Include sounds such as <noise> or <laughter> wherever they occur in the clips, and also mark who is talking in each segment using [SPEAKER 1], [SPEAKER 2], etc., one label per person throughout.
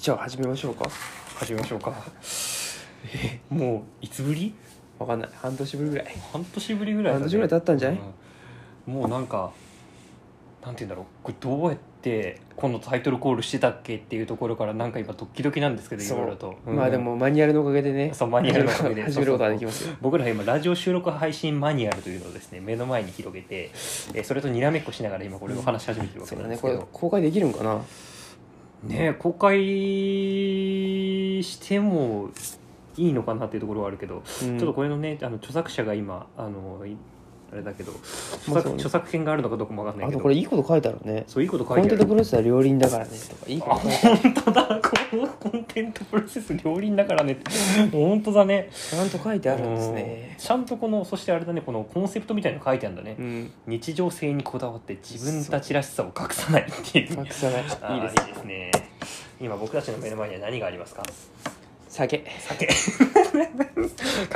[SPEAKER 1] じゃあ始めましょうか
[SPEAKER 2] 始めましょうか
[SPEAKER 1] え
[SPEAKER 2] もういつぶり
[SPEAKER 1] わかんない半年ぶりぐらい
[SPEAKER 2] 半年ぶりぐらいだ、ね、
[SPEAKER 1] 半年ぐらい経ったんじゃない
[SPEAKER 2] うんもうなんかなんて言うんだろうこれどうやってこのタイトルコールしてたっけっていうところからなんか今ドキドキなんですけどい
[SPEAKER 1] そう
[SPEAKER 2] ろいろと、うん
[SPEAKER 1] まあでもマニュアルのおかげでね
[SPEAKER 2] そうマニュアルのおかげで
[SPEAKER 1] 始めることができますよ
[SPEAKER 2] 僕ら今ラジオ収録配信マニュアルというのをですね目の前に広げて、えーそれとにらめっこしながら今これを話し始めてるわ
[SPEAKER 1] そ
[SPEAKER 2] け
[SPEAKER 1] うだ
[SPEAKER 2] なん
[SPEAKER 1] ね
[SPEAKER 2] です
[SPEAKER 1] こ
[SPEAKER 2] けど、
[SPEAKER 1] れ公開できるんかな
[SPEAKER 2] ね公開してもいいのかなっていうところはあるけど、
[SPEAKER 1] ちょ
[SPEAKER 2] ちょっとこれのねあの著作者が今あのいあれだけど著
[SPEAKER 1] まあ
[SPEAKER 2] 作,、
[SPEAKER 1] そうね
[SPEAKER 2] 著作権があるのかどうかもわかんない
[SPEAKER 1] あ
[SPEAKER 2] けど
[SPEAKER 1] とこれいいこと書いてあるね
[SPEAKER 2] そういいこと書
[SPEAKER 1] コ
[SPEAKER 2] い
[SPEAKER 1] ンテ
[SPEAKER 2] てあ
[SPEAKER 1] ンツ
[SPEAKER 2] る
[SPEAKER 1] プロセスは両輪だからねとかいい
[SPEAKER 2] あ
[SPEAKER 1] こと書いてある
[SPEAKER 2] 本当だこのコンテンツプロセス両輪だからね本当だね
[SPEAKER 1] ちゃんと書いてあるんですね
[SPEAKER 2] うんちゃんとこのそしてあれだねこのコンセプトみたいなの書いてあるんだね、
[SPEAKER 1] うん
[SPEAKER 2] 日常性にこだわって自分たちらしさを隠さないっていう
[SPEAKER 1] 隠さない
[SPEAKER 2] あー
[SPEAKER 1] いいです
[SPEAKER 2] いいですね今僕たちの目の前には何がありますか
[SPEAKER 1] 酒
[SPEAKER 2] 酒隠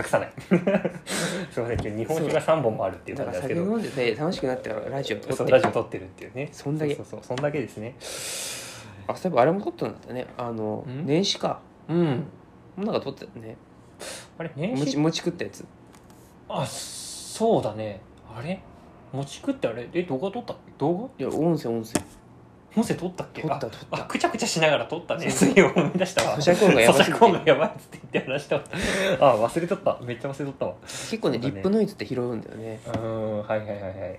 [SPEAKER 2] さない <laughs> すいません今日日本酒が3本もあるっていう
[SPEAKER 1] だ
[SPEAKER 2] 感
[SPEAKER 1] か
[SPEAKER 2] じ
[SPEAKER 1] ら
[SPEAKER 2] なんです
[SPEAKER 1] 酒飲
[SPEAKER 2] けど
[SPEAKER 1] んでて楽しくなってからラジオ撮
[SPEAKER 2] そ
[SPEAKER 1] っ
[SPEAKER 2] う
[SPEAKER 1] て
[SPEAKER 2] ラジオ撮ってるっていうね
[SPEAKER 1] そんだけ
[SPEAKER 2] そうそうそうそんだけですね
[SPEAKER 1] あそういえばあれも撮ったんだったねあの
[SPEAKER 2] ん
[SPEAKER 1] 年始か
[SPEAKER 2] うん
[SPEAKER 1] もうなんか撮ってたね
[SPEAKER 2] あれ年
[SPEAKER 1] 餅
[SPEAKER 2] 始
[SPEAKER 1] 餅食ったやつ
[SPEAKER 2] あそうだねあれ持ち食ってあれえ動画撮った動
[SPEAKER 1] いや音声音声
[SPEAKER 2] 画音声撮ったっけ
[SPEAKER 1] 撮った
[SPEAKER 2] あ
[SPEAKER 1] 撮った
[SPEAKER 2] あくちゃくちゃしながら撮ったねすげえ思い出したわ
[SPEAKER 1] 咀嚼音がやばすぎ
[SPEAKER 2] 咀
[SPEAKER 1] て
[SPEAKER 2] 嚼音がやばいっつって言って話したわあ忘れとっためっちゃ忘れとったわ
[SPEAKER 1] 結構ね
[SPEAKER 2] そうだ
[SPEAKER 1] リ
[SPEAKER 2] ね
[SPEAKER 1] ップノイズって拾うんだよね
[SPEAKER 2] うーんはいはいはいはい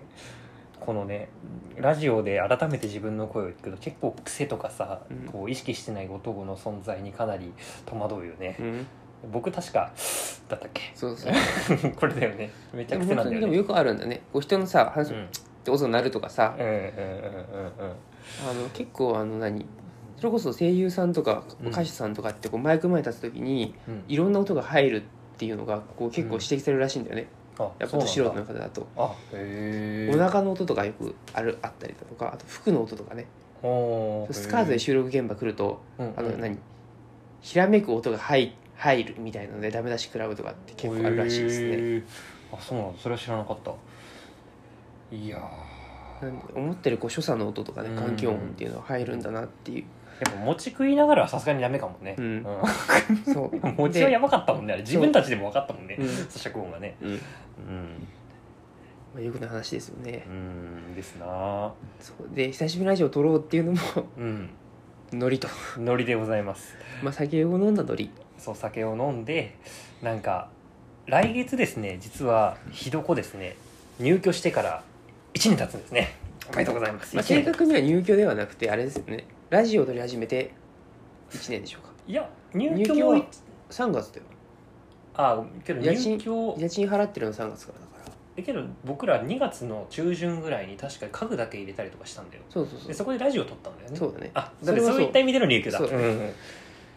[SPEAKER 2] このねラジオで改めて自分の声を聞くと結構癖とかさ、
[SPEAKER 1] うん
[SPEAKER 2] こう意識してない男の存在にかなり戸惑うよね
[SPEAKER 1] う、ん
[SPEAKER 2] 僕確かだったっけ
[SPEAKER 1] そう
[SPEAKER 2] <laughs>
[SPEAKER 1] そう
[SPEAKER 2] これだよねめち
[SPEAKER 1] で
[SPEAKER 2] ゃ
[SPEAKER 1] も
[SPEAKER 2] くち
[SPEAKER 1] 本
[SPEAKER 2] ゃなん
[SPEAKER 1] 当
[SPEAKER 2] だ
[SPEAKER 1] に
[SPEAKER 2] よ
[SPEAKER 1] でも
[SPEAKER 2] ね
[SPEAKER 1] よくあるんだねこう人のさ話
[SPEAKER 2] う
[SPEAKER 1] っ
[SPEAKER 2] ん
[SPEAKER 1] て音鳴るとかさ
[SPEAKER 2] うんうんうんうんうん
[SPEAKER 1] あの結構あの何それこそ声優さんとか
[SPEAKER 2] うん
[SPEAKER 1] 歌手さんとかってこうマイク前に立つ時に
[SPEAKER 2] うん
[SPEAKER 1] いろんな音が入るっていうのがこう結構指摘されるらしいんだよね、
[SPEAKER 2] あ
[SPEAKER 1] やっぱど素
[SPEAKER 2] そう
[SPEAKER 1] 人
[SPEAKER 2] なん
[SPEAKER 1] の
[SPEAKER 2] だ
[SPEAKER 1] 方だと
[SPEAKER 2] あへ
[SPEAKER 1] お
[SPEAKER 2] え
[SPEAKER 1] 腹の音とかよくあるあったりだとかあと服の音とかね
[SPEAKER 2] お
[SPEAKER 1] スカートで収録現場来ると
[SPEAKER 2] うん
[SPEAKER 1] あの何ひらめく音が入入るみたいなのでダメ出し食らうとかって結構あるらしいです
[SPEAKER 2] へ
[SPEAKER 1] ね
[SPEAKER 2] ーあそうなんだそれは知らなかったいやー
[SPEAKER 1] なんで思ってるこう所作の音とか
[SPEAKER 2] う
[SPEAKER 1] ね
[SPEAKER 2] ん
[SPEAKER 1] 環境音っていうのは入るんだなっていう
[SPEAKER 2] <laughs> やっぱ餅食いながらはさすがにダメかもね
[SPEAKER 1] うん
[SPEAKER 2] ん
[SPEAKER 1] そう
[SPEAKER 2] 餅はやばかったもんねあれ自分たちでも分かったもんね
[SPEAKER 1] うん
[SPEAKER 2] 咀嚼音がね
[SPEAKER 1] でうんま
[SPEAKER 2] う
[SPEAKER 1] あ、
[SPEAKER 2] ん
[SPEAKER 1] よくない話ですよね
[SPEAKER 2] うんですな
[SPEAKER 1] そうで久しぶりにラジオ撮ろうっていうのも
[SPEAKER 2] うん
[SPEAKER 1] ノリと
[SPEAKER 2] ノリでございます
[SPEAKER 1] まあ酒を飲んだノリ
[SPEAKER 2] そう酒を飲んでなんか来月ですね実はひどこですね入居してから1年経つんですねおめでとうございます
[SPEAKER 1] まあ、
[SPEAKER 2] 一
[SPEAKER 1] 正
[SPEAKER 2] 年
[SPEAKER 1] 確には入居ではなくてあれですよねラジオを撮り始めて1年でしょうか
[SPEAKER 2] いや入
[SPEAKER 1] 入
[SPEAKER 2] 居
[SPEAKER 1] 居
[SPEAKER 2] も
[SPEAKER 1] は3月だよ
[SPEAKER 2] あけど
[SPEAKER 1] 家賃
[SPEAKER 2] 入居
[SPEAKER 1] 家賃払ってるの3月からだから
[SPEAKER 2] えけど僕ら2月の中旬ぐらいに確か家具だけ入れたりとかしたんだよ
[SPEAKER 1] そうそうそ
[SPEAKER 2] で
[SPEAKER 1] う
[SPEAKER 2] そこでラジオ撮ったんだよね
[SPEAKER 1] そうだね
[SPEAKER 2] あ
[SPEAKER 1] そ
[SPEAKER 2] だ
[SPEAKER 1] れはそう
[SPEAKER 2] そういった意味での入居だ
[SPEAKER 1] そう
[SPEAKER 2] うんうん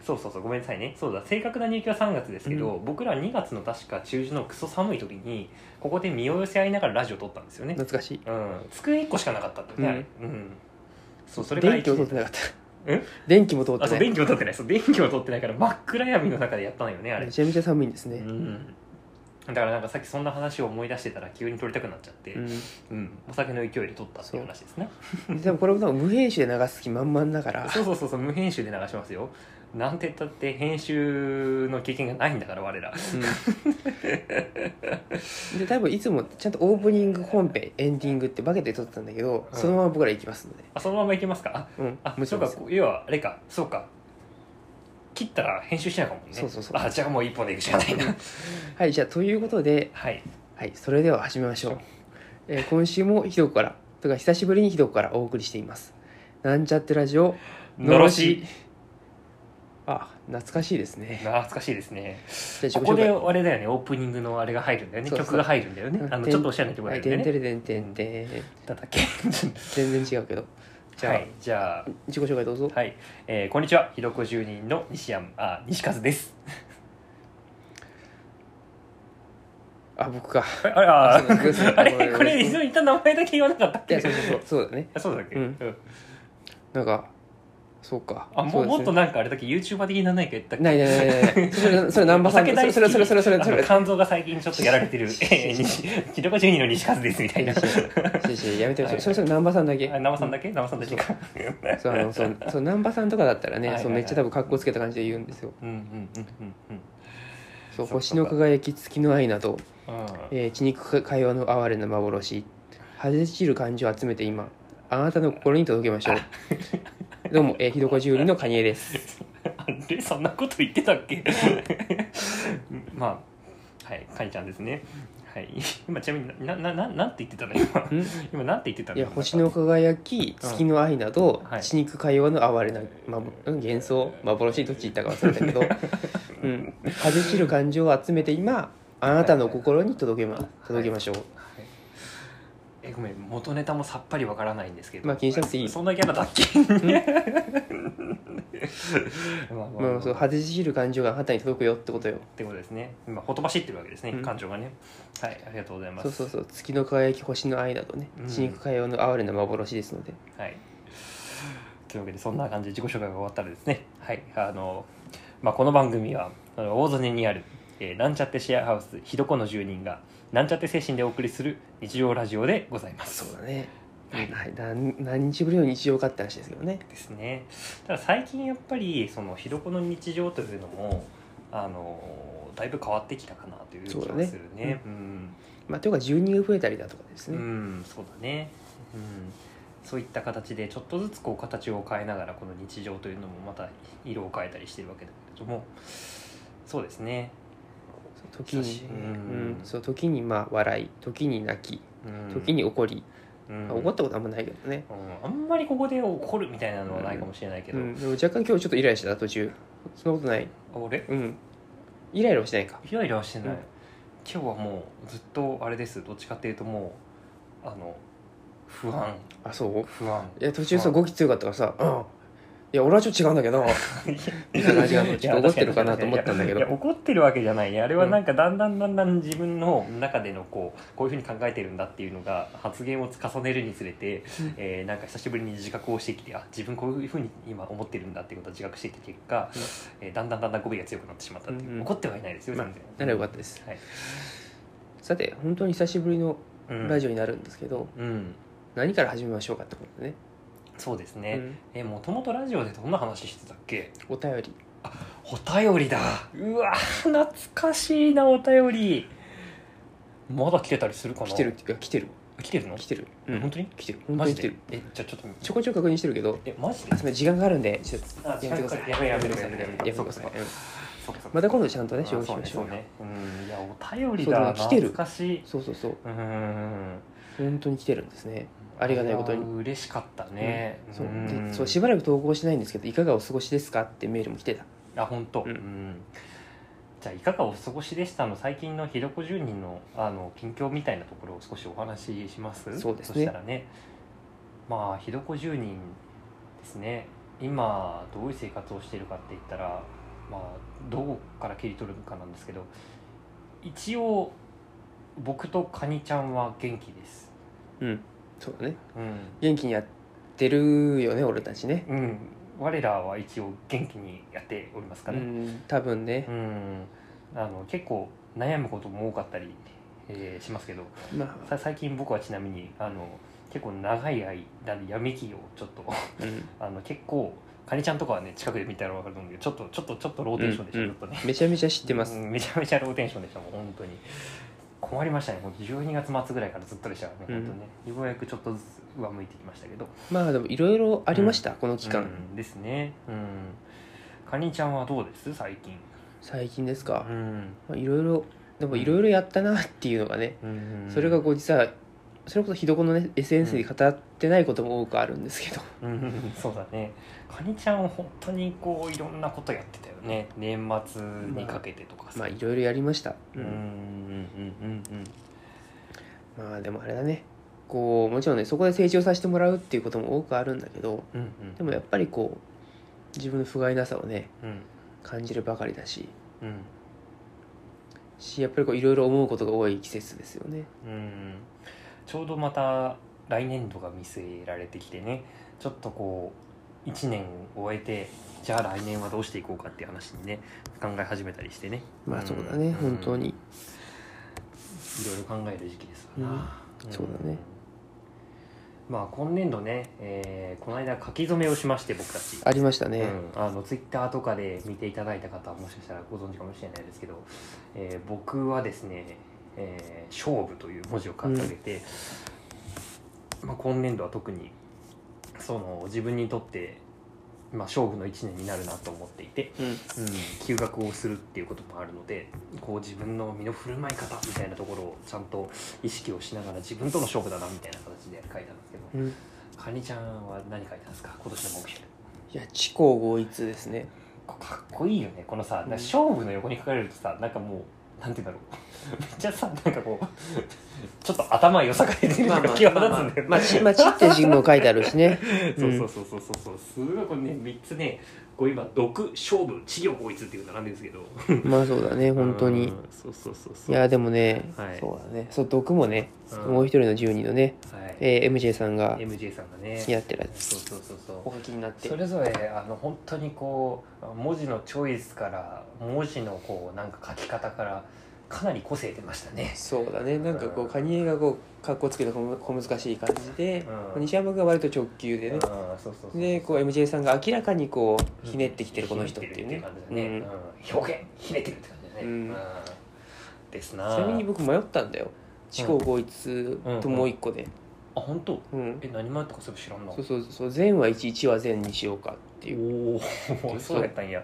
[SPEAKER 2] そうそうそうごめんなさいねそうだ正確な入居は3月ですけど、僕ら2月の確か中旬のクソ寒い時にここで身を寄せ合いながらラジオ撮ったんですよね、
[SPEAKER 1] 懐かしい
[SPEAKER 2] うん、机1個しかなかったんだよねあれうん、そうそれから
[SPEAKER 1] 電気を
[SPEAKER 2] 一
[SPEAKER 1] 通っ
[SPEAKER 2] 年
[SPEAKER 1] てなかった
[SPEAKER 2] え
[SPEAKER 1] 電気も通って
[SPEAKER 2] あそう
[SPEAKER 1] ない
[SPEAKER 2] 電気を撮ってないそう電気を撮ってないから真っ暗闇の中でやったのよねあれ
[SPEAKER 1] めちゃめちゃ寒いんです
[SPEAKER 2] う
[SPEAKER 1] ね、
[SPEAKER 2] んだからなんかさっきそんな話を思い出してたら急に撮りたくなっちゃって、
[SPEAKER 1] うん
[SPEAKER 2] うん、お酒の勢いで撮ったっていう話ですね
[SPEAKER 1] でもこれも多分無編集で流す気満々だから
[SPEAKER 2] そうそうそうそう無編集で流しますよなんて言ったって編集の経験がないんだから我ら
[SPEAKER 1] うんで多分いつもちゃんとオープニング本編エンディングって分けて撮ってたんだけど、
[SPEAKER 2] うん
[SPEAKER 1] そのまま僕ら行きますので
[SPEAKER 2] あそのままいけますか
[SPEAKER 1] うん
[SPEAKER 2] あ
[SPEAKER 1] もち
[SPEAKER 2] そ
[SPEAKER 1] ろ
[SPEAKER 2] うんか
[SPEAKER 1] ですよ
[SPEAKER 2] 要はあれかそうか切ったら編集しないかもね
[SPEAKER 1] そうそうそう
[SPEAKER 2] あじゃあもう一本でいくしかないな
[SPEAKER 1] はいじゃあということで
[SPEAKER 2] はい
[SPEAKER 1] はいそれでは始めましょう、えー今週もひどくからとか久しぶりにひどくからお送りしていますなんちゃってラジオ
[SPEAKER 2] のろし
[SPEAKER 1] あ懐かしいですね
[SPEAKER 2] 懐かしいですね
[SPEAKER 1] じゃあ自己
[SPEAKER 2] ここ
[SPEAKER 1] 紹
[SPEAKER 2] で
[SPEAKER 1] 介
[SPEAKER 2] あれだよねオープニングのあれが入るんだよね
[SPEAKER 1] そうそう
[SPEAKER 2] 曲が入るんだよねあの
[SPEAKER 1] てん
[SPEAKER 2] ちょっとおしゃれな曲が
[SPEAKER 1] はい、
[SPEAKER 2] 入
[SPEAKER 1] て
[SPEAKER 2] るん
[SPEAKER 1] ん
[SPEAKER 2] だ
[SPEAKER 1] て
[SPEAKER 2] よね
[SPEAKER 1] れてんてんてん
[SPEAKER 2] だったっけ
[SPEAKER 1] 全然違うけど <laughs> じゃあ、
[SPEAKER 2] はいじゃあ
[SPEAKER 1] 自己紹介どうぞ、
[SPEAKER 2] はい、えーこんにちは、ひどこ住人の西山、あ、西和です。
[SPEAKER 1] あ僕
[SPEAKER 2] <laughs>
[SPEAKER 1] か
[SPEAKER 2] あれ、あ
[SPEAKER 1] そうです
[SPEAKER 2] ーあれ、これ、
[SPEAKER 1] い
[SPEAKER 2] 一緒 <laughs> に言った名前だけ言わなかったっ
[SPEAKER 1] や
[SPEAKER 2] け
[SPEAKER 1] そうそうそうそうだね
[SPEAKER 2] あそうだっけ、
[SPEAKER 1] うんなんかそうか
[SPEAKER 2] あもうもっとなんかあれだけ YouTuber 的にならないか言ったっけ
[SPEAKER 1] ないないないないないそれそれ難波
[SPEAKER 2] お
[SPEAKER 1] さん
[SPEAKER 2] 酒大好き
[SPEAKER 1] それそれそれそれそ
[SPEAKER 2] あ
[SPEAKER 1] れ
[SPEAKER 2] の
[SPEAKER 1] それ
[SPEAKER 2] 肝臓が最近ちょっとやられ
[SPEAKER 1] <laughs>
[SPEAKER 2] てるえー西キロコジュニの西和ですみたいな
[SPEAKER 1] ししやめて
[SPEAKER 2] はい
[SPEAKER 1] それそれ難波さんだけ
[SPEAKER 2] あ生さんだけ生さんだけか
[SPEAKER 1] そうあのそうそう難波さんとかだったら
[SPEAKER 2] はい
[SPEAKER 1] ね
[SPEAKER 2] はい
[SPEAKER 1] そうめっちゃ多分格好つけた感じで言うんですよ
[SPEAKER 2] うんうんうんうんうん
[SPEAKER 1] そう
[SPEAKER 2] そっか
[SPEAKER 1] 星の輝き月の愛など、
[SPEAKER 2] あー
[SPEAKER 1] えー血肉会話の哀れな幻はぜ散る感じを集めて今あなたの心に届けましょうどうも、えー、ひどこじゅうりのカニエです
[SPEAKER 2] あ <laughs> れそんなこと言ってたっけ <laughs> まあはいかいちゃんですねはい今ちなみにななななんて言ってたの今
[SPEAKER 1] ん
[SPEAKER 2] 今なんて言ってた
[SPEAKER 1] い
[SPEAKER 2] の
[SPEAKER 1] や星の輝き月の愛など、
[SPEAKER 2] はい
[SPEAKER 1] 血肉会話の哀れな、ま、うん幻想幻どっち言ったか忘れたけ
[SPEAKER 2] <laughs>
[SPEAKER 1] どうん恥じ散る感情を集めて今あなたの心に届けま届けましょう、
[SPEAKER 2] はいえごめん元ネタもさっぱりわからないんですけど
[SPEAKER 1] まあ気にしなくていい
[SPEAKER 2] そんなキャラだっけ <laughs> まあまあ
[SPEAKER 1] まあ、そう
[SPEAKER 2] っ
[SPEAKER 1] 恥じ散る感情があなたに届くよってことよ
[SPEAKER 2] てことですね今ほとばしってるわけですね、
[SPEAKER 1] うん
[SPEAKER 2] 感情がねはいありがとうございます
[SPEAKER 1] そうそうそう月の輝き星の愛などね
[SPEAKER 2] うん
[SPEAKER 1] 血肉会話の哀れな幻ですので、
[SPEAKER 2] はいというわけでそんな感じで自己紹介が終わったらですねはいあの、まあ、この番組はあの大曽根にある、えーなんちゃってシェアハウスひどこの住人がなんちゃって精神でお送りする日常ラジオでございます
[SPEAKER 1] そうだね、
[SPEAKER 2] はい
[SPEAKER 1] はい、なん何日ぶりの日常かって話ですけどね
[SPEAKER 2] ですねただ最近やっぱりそのひどこの日常というのもあのだいぶ変わってきたかなという気
[SPEAKER 1] そうだ
[SPEAKER 2] が
[SPEAKER 1] ね
[SPEAKER 2] するねうん
[SPEAKER 1] まあというか住人が増えたりだとかです
[SPEAKER 2] う
[SPEAKER 1] ね、
[SPEAKER 2] んそうだねうんそういった形でちょっとずつこう形を変えながらこの日常というのもまた色を変えたりしているわけだけれどもそうですね
[SPEAKER 1] そう時に
[SPEAKER 2] 久し、
[SPEAKER 1] う
[SPEAKER 2] ぶり
[SPEAKER 1] んそう時にまあ笑い時に泣き
[SPEAKER 2] うん
[SPEAKER 1] 時に怒り、
[SPEAKER 2] うん
[SPEAKER 1] まあ怒ったことあんまないけどね、
[SPEAKER 2] うんあんまりここで怒るみたいなのはないかもしれないけ
[SPEAKER 1] う
[SPEAKER 2] ど
[SPEAKER 1] ん、でも若干今日ちょっとイライラしてた途中そんなことない
[SPEAKER 2] 俺
[SPEAKER 1] うんイライラはしないか
[SPEAKER 2] イライラはしてない、
[SPEAKER 1] うん
[SPEAKER 2] 今日はもうずっとあれですどっちかっていうともうあの不安
[SPEAKER 1] あそう
[SPEAKER 2] 不安
[SPEAKER 1] いや途中さ
[SPEAKER 2] まあ
[SPEAKER 1] 語気強かったからさ「うんいや俺はちょっと違うんだけ
[SPEAKER 2] <laughs>
[SPEAKER 1] ど」みたいな感じがちょっと怒ってるかなと思ったんだけ
[SPEAKER 2] いや
[SPEAKER 1] ど
[SPEAKER 2] 怒ってるわけじゃないねあれはなんかだんだんだんだん自分の中でのこうこういうふうに考えてるんだっていうのが発言を重ねるにつれて、えーなんか久しぶりに自覚をしてきてあ自分こういうふうに今思ってるんだっていうことを自覚してきた結果、えーだんだんだんだん語尾が強くなってしまったっていう、
[SPEAKER 1] うんうん
[SPEAKER 2] 怒ってはいないですよ
[SPEAKER 1] まあ
[SPEAKER 2] 全然、
[SPEAKER 1] ならよかったです
[SPEAKER 2] はい
[SPEAKER 1] さて本当に久しぶりの
[SPEAKER 2] うん
[SPEAKER 1] ラジオになるんですけど、
[SPEAKER 2] うん
[SPEAKER 1] 何から始めましょうかってことね
[SPEAKER 2] そうです
[SPEAKER 1] う
[SPEAKER 2] ね、
[SPEAKER 1] ん
[SPEAKER 2] えもともとラジオでどんな話してたっけ
[SPEAKER 1] お便り
[SPEAKER 2] お便りだうわ懐かしいなお便りまだ来てたりするかな
[SPEAKER 1] 来てるいや来てる
[SPEAKER 2] 来てるの
[SPEAKER 1] 来てる、う
[SPEAKER 2] うん
[SPEAKER 1] ん
[SPEAKER 2] 本当に
[SPEAKER 1] 来てる本当
[SPEAKER 2] マ
[SPEAKER 1] に来
[SPEAKER 2] ジ
[SPEAKER 1] て
[SPEAKER 2] で
[SPEAKER 1] る
[SPEAKER 2] えじゃあちょっと
[SPEAKER 1] ちょこちょこ確認してるけど
[SPEAKER 2] えマジです
[SPEAKER 1] いません時間があるんでちょっと
[SPEAKER 2] あ
[SPEAKER 1] やめてください
[SPEAKER 2] 時間かかるやめてください
[SPEAKER 1] やめてください
[SPEAKER 2] やめてください
[SPEAKER 1] うん
[SPEAKER 2] そうかそうか
[SPEAKER 1] また今度ちゃんとね
[SPEAKER 2] あ
[SPEAKER 1] 仕事し
[SPEAKER 2] そう
[SPEAKER 1] ま
[SPEAKER 2] ね
[SPEAKER 1] しょ
[SPEAKER 2] そう
[SPEAKER 1] う
[SPEAKER 2] ねうんいやお便り
[SPEAKER 1] そうだ
[SPEAKER 2] だ
[SPEAKER 1] ね来てる
[SPEAKER 2] 懐かしい
[SPEAKER 1] そうそうそう
[SPEAKER 2] うーん
[SPEAKER 1] 本当に来てるんですねありがたいことに
[SPEAKER 2] あー嬉しかったね
[SPEAKER 1] そう
[SPEAKER 2] ー
[SPEAKER 1] で
[SPEAKER 2] ん
[SPEAKER 1] そうしばらく投稿してないんですけどいかがお過ごしですかってメールも来てた
[SPEAKER 2] あ本
[SPEAKER 1] う
[SPEAKER 2] 当。うんん、じゃあいかがお過ごしでしたの最近のひどこ住人のあの近況みたいなところを少しお話しします
[SPEAKER 1] そうですね
[SPEAKER 2] そしたらねまあひどこ住人ですね今どういう生活をしているかって言ったらまあどこから切り取るかなんですけど一応僕とカニちゃんは元気です
[SPEAKER 1] うんそうだね
[SPEAKER 2] うん
[SPEAKER 1] 元気にやってるよね俺たちね
[SPEAKER 2] うん我らは一応元気にやっておりますか
[SPEAKER 1] う
[SPEAKER 2] ね、
[SPEAKER 1] ん多分ね
[SPEAKER 2] うんあの結構悩むことも多かったり、えーしますけど
[SPEAKER 1] まあ
[SPEAKER 2] さ最近僕はちなみにあの結構長い間闇期をちょっと <laughs>
[SPEAKER 1] うん
[SPEAKER 2] あの結構カニちゃんとかはね近くで見たら分かると思うんだけどちょっとちょっとちょっとローテンションでした、
[SPEAKER 1] うん
[SPEAKER 2] ちょっとね
[SPEAKER 1] めちゃめちゃ知ってます
[SPEAKER 2] うんめちゃめちゃローテンションでしたもう本当に困りましたね本当12月末ぐらいからずっとでしたからね、
[SPEAKER 1] うん
[SPEAKER 2] 本当ねようやくちょっとずつ上向いてきましたけど
[SPEAKER 1] まあでもいろいろありましたこの期間
[SPEAKER 2] うんですねうんカニちゃんはどうです最近
[SPEAKER 1] 最近ですか
[SPEAKER 2] うん
[SPEAKER 1] まあいろいろでもいろいろやったなっていうのがね
[SPEAKER 2] うん
[SPEAKER 1] それがこう実はそれこそひどこのね SNS で語ってないことも多くあるんですけど
[SPEAKER 2] うんそうだねカニちゃん本当にこういろんなことやってたよね年末にかけてとかさ、
[SPEAKER 1] まあいろいろやりました、
[SPEAKER 2] うんうんうんうん
[SPEAKER 1] まあでもあれだねこうもちろんねそこで成長させてもらうっていうことも多くあるんだけど
[SPEAKER 2] うんうん
[SPEAKER 1] でもやっぱりこう自分の不甲斐なさをね
[SPEAKER 2] うん
[SPEAKER 1] 感じるばかりだし
[SPEAKER 2] うん
[SPEAKER 1] しやっぱりこういろいろ思うことが多い季節ですよね
[SPEAKER 2] うんちょうどまた来年度が見据えられてきてねちょっとこう1年終えてじゃあ来年はどうしていこうかっていう話にね考え始めたりしてね
[SPEAKER 1] まあそうだね、
[SPEAKER 2] ん
[SPEAKER 1] 本当に
[SPEAKER 2] いろいろ考える時期ですわな、
[SPEAKER 1] うんそうだね
[SPEAKER 2] まあ今年度ね、えーこの間書き初めをしまして僕たち
[SPEAKER 1] ありましたね、
[SPEAKER 2] うん、あのツイッターとかで見ていただいた方はもしかしたらご存知かもしれないですけど、えー僕はですね「えー勝負」という文字を掲げて、まあ、今年度は特にその自分にとって、まあ、勝負の1年になるなと思っていて、
[SPEAKER 1] うん
[SPEAKER 2] うん、休学をするっていうこともあるのでこう自分の身の振る舞い方みたいなところをちゃんと意識をしながら自分との勝負だなみたいな形で書いたんですけど、
[SPEAKER 1] うん、い
[SPEAKER 2] カニちゃんは何書いたんですか今年の目標
[SPEAKER 1] や地高合一ですね
[SPEAKER 2] かっこいいよねこのさなん
[SPEAKER 1] うん
[SPEAKER 2] か勝負の横に書かれるとさなんかもうなんて言うんだろうめっちゃさなんかこうちょっと頭良さかれてるのが際立つんだよ
[SPEAKER 1] <laughs> まあ、ちまあ、ちって字も書いてあるしね。
[SPEAKER 2] そうそうそうそうそうそうすごいこれね3つねこう今「毒勝負治療合一」っていうの並んでるんですけ
[SPEAKER 1] <laughs>
[SPEAKER 2] ど
[SPEAKER 1] まあ、そうだね、本当
[SPEAKER 2] う
[SPEAKER 1] に。
[SPEAKER 2] んそうそうそうそ
[SPEAKER 1] いうや、でもね、
[SPEAKER 2] はい
[SPEAKER 1] そうだね。そう、毒もね、
[SPEAKER 2] うん
[SPEAKER 1] もう一人の住人のね、
[SPEAKER 2] はい、
[SPEAKER 1] えー MJ さんが
[SPEAKER 2] MJ さんがね
[SPEAKER 1] やってるやつ。
[SPEAKER 2] そうそうそうそう
[SPEAKER 1] お書きになって
[SPEAKER 2] そ。れぞれあの本当にこう文字のチョイスから文字のこうなんか書き方からかなり個性出ましたね
[SPEAKER 1] そうだね、なんかこ
[SPEAKER 2] う
[SPEAKER 1] う、
[SPEAKER 2] ん
[SPEAKER 1] カニエがこう、かっこつけて小小難しい感じで、
[SPEAKER 2] うん
[SPEAKER 1] 西山君が割と直球でね。
[SPEAKER 2] ああそうそうそう
[SPEAKER 1] で、こう、MJ さんが明らかにこう、ひねってきてるこの人っていうね。
[SPEAKER 2] ひねってるっていう感じだねうん表現ひねってるって感じだね
[SPEAKER 1] うん
[SPEAKER 2] うんですな
[SPEAKER 1] ちなみに僕迷ったんだよ。地高合一ともう一個で。
[SPEAKER 2] あ本当
[SPEAKER 1] うん
[SPEAKER 2] え。何前とかそれ知らんな
[SPEAKER 1] そうそうそう、善は1、1は善にしようかっていう。
[SPEAKER 2] おおそうやったんや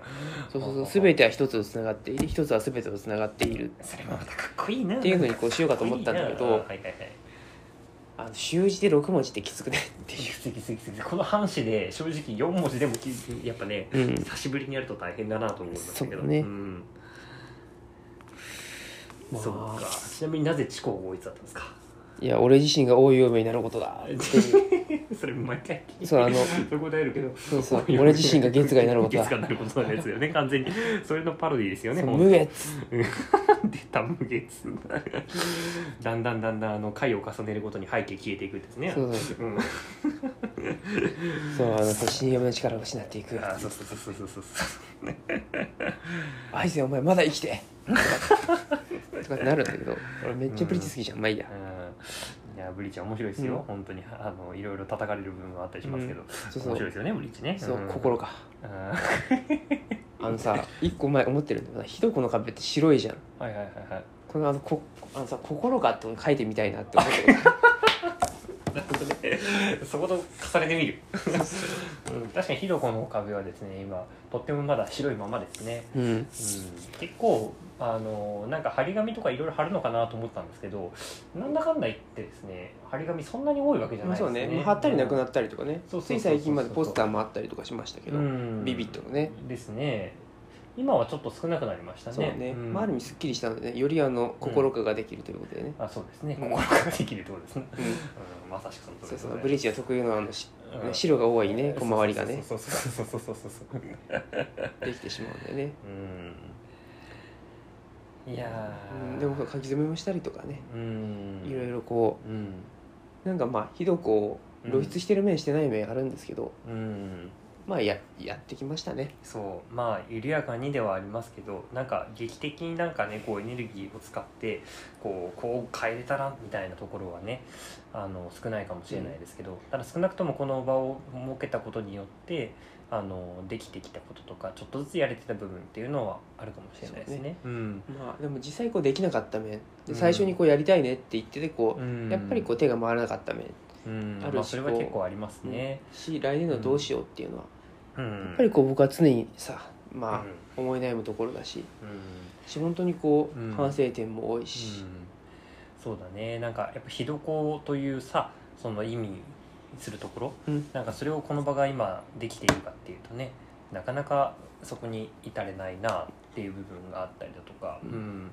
[SPEAKER 1] そうそう
[SPEAKER 2] は
[SPEAKER 1] そ
[SPEAKER 2] は
[SPEAKER 1] う
[SPEAKER 2] は
[SPEAKER 1] 全ては一つとつながっている一つは全てとつながっている
[SPEAKER 2] それもまたかっこいいな
[SPEAKER 1] っていうふうに
[SPEAKER 2] か
[SPEAKER 1] こうしようか
[SPEAKER 2] っ
[SPEAKER 1] と
[SPEAKER 2] こいいな
[SPEAKER 1] 思ったんだけ
[SPEAKER 2] あ
[SPEAKER 1] ど
[SPEAKER 2] はいはいはい
[SPEAKER 1] あの習字で6文字ってきつくないってい
[SPEAKER 2] 次次次次この半紙で正直4文字でもきやっぱね
[SPEAKER 1] う、うん、
[SPEAKER 2] 久しぶりにやると大変だなと思いましたけど
[SPEAKER 1] そうね
[SPEAKER 2] ん
[SPEAKER 1] まあ
[SPEAKER 2] そうかちなみになぜ地高合一だったんですか <laughs>
[SPEAKER 1] いや俺自身が多い嫁になることだって
[SPEAKER 2] <laughs>
[SPEAKER 1] いう
[SPEAKER 2] それ毎回聞いて
[SPEAKER 1] そうあの
[SPEAKER 2] そう答えるけど
[SPEAKER 1] そうそう俺自身が月がになることだ
[SPEAKER 2] 月がなることなんですよ
[SPEAKER 1] <laughs>
[SPEAKER 2] ね完全にそれのパロディですよね
[SPEAKER 1] そう
[SPEAKER 2] 本当
[SPEAKER 1] 無
[SPEAKER 2] に
[SPEAKER 1] 月
[SPEAKER 2] <laughs> 出た無月だんだんだんだんあの回を重ねるごとに背景消えていくんですね
[SPEAKER 1] そうそう
[SPEAKER 2] うん
[SPEAKER 1] そうあのそう死に嫁の力を失っていく
[SPEAKER 2] あそうそうそうそうそうそう
[SPEAKER 1] 「愛せお前まだ生きて!」 <laughs> とかってなるんだけど俺めっちゃブリッジ好きじゃんまあいいや
[SPEAKER 2] うんいやブリーチは面白いですよ、
[SPEAKER 1] うん
[SPEAKER 2] 本当にあのいろいろ叩かれる部分はあったりしますけど、
[SPEAKER 1] そうそ
[SPEAKER 2] 面白いうですよねブリーチね
[SPEAKER 1] そうん心か
[SPEAKER 2] うん
[SPEAKER 1] あのさ一個前思ってるんだけどさひどこの壁って白いじゃん
[SPEAKER 2] はいはいはいはい
[SPEAKER 1] このあのこあのさ「心か」って書いてみたいなって思って
[SPEAKER 2] なるほどねそこと重ねてみ
[SPEAKER 1] <laughs>
[SPEAKER 2] る、うん、確かにひどこの壁はですね今とってもまだ白いままですね、
[SPEAKER 1] <laughs> うん
[SPEAKER 2] うん、結構あのなんか張り紙とかいろいろ貼るのかなと思ったんですけどなんだかんだ言ってですね張り紙そんなに多いわけじゃないです
[SPEAKER 1] そうね、まあ貼ったりなくなったりとかね、
[SPEAKER 2] そうそう
[SPEAKER 1] つ
[SPEAKER 2] そうそう
[SPEAKER 1] い最近までポスターもあったりとかしましたけど、
[SPEAKER 2] うん
[SPEAKER 1] ビビットのね
[SPEAKER 2] ですね今はちょっと少なくなりましたね
[SPEAKER 1] そうね、
[SPEAKER 2] ん
[SPEAKER 1] まあ、ある意味すっきりしたので、ね、よりあの心化ができるということでね、
[SPEAKER 2] あそうですね
[SPEAKER 1] うん
[SPEAKER 2] 心ができるところですね、
[SPEAKER 1] うん
[SPEAKER 2] うん、まさしくその通
[SPEAKER 1] そ
[SPEAKER 2] り
[SPEAKER 1] う
[SPEAKER 2] です
[SPEAKER 1] そ
[SPEAKER 2] ね
[SPEAKER 1] うブリーチは特有のあの、し
[SPEAKER 2] うん
[SPEAKER 1] ね白が多いね小回りがね
[SPEAKER 2] そうそうそうそうそうそうそうそう
[SPEAKER 1] できてしまうんだよね、
[SPEAKER 2] うんいやー
[SPEAKER 1] うんでも書き初めもしたりとかね
[SPEAKER 2] うん
[SPEAKER 1] いろいろこ
[SPEAKER 2] うん
[SPEAKER 1] うなんかまあひどくこう露出してる面してない面あるんですけど、
[SPEAKER 2] うん
[SPEAKER 1] まあややってきましたね
[SPEAKER 2] そうまあ緩やかにではありますけどなんか劇的になんかねこうエネルギーを使ってこうこう変えれたらみたいなところはねあの少ないかもしれないですけど、ただ少なくともこの場を設けたことによってあのできてきたこととかちょっとずつやれてた部分っていうのはあるかもしれないですね。
[SPEAKER 1] そう
[SPEAKER 2] うん
[SPEAKER 1] まあでも実際こうできなかった面
[SPEAKER 2] うん
[SPEAKER 1] で最初にこうやりたいねって言っててこ
[SPEAKER 2] う
[SPEAKER 1] う、
[SPEAKER 2] ん
[SPEAKER 1] やっぱりこう手が回らなかった面
[SPEAKER 2] うん
[SPEAKER 1] あるし
[SPEAKER 2] まあ、それは
[SPEAKER 1] こう
[SPEAKER 2] 結構ありますね。
[SPEAKER 1] し来年度どうしようっていうのは、
[SPEAKER 2] うん
[SPEAKER 1] やっぱりこう僕は常にさま
[SPEAKER 2] うん
[SPEAKER 1] あ思い悩むところだし
[SPEAKER 2] うん
[SPEAKER 1] し本当にこ
[SPEAKER 2] うん
[SPEAKER 1] う反省点も多いし、
[SPEAKER 2] うん、そうだねなんかやっぱ「ひどこ」というさその意味するところ、
[SPEAKER 1] うん
[SPEAKER 2] なんかそれをこの場が今できているかっていうとねなかなかそこに至れないなっていう部分があったりだとか、
[SPEAKER 1] うん
[SPEAKER 2] うん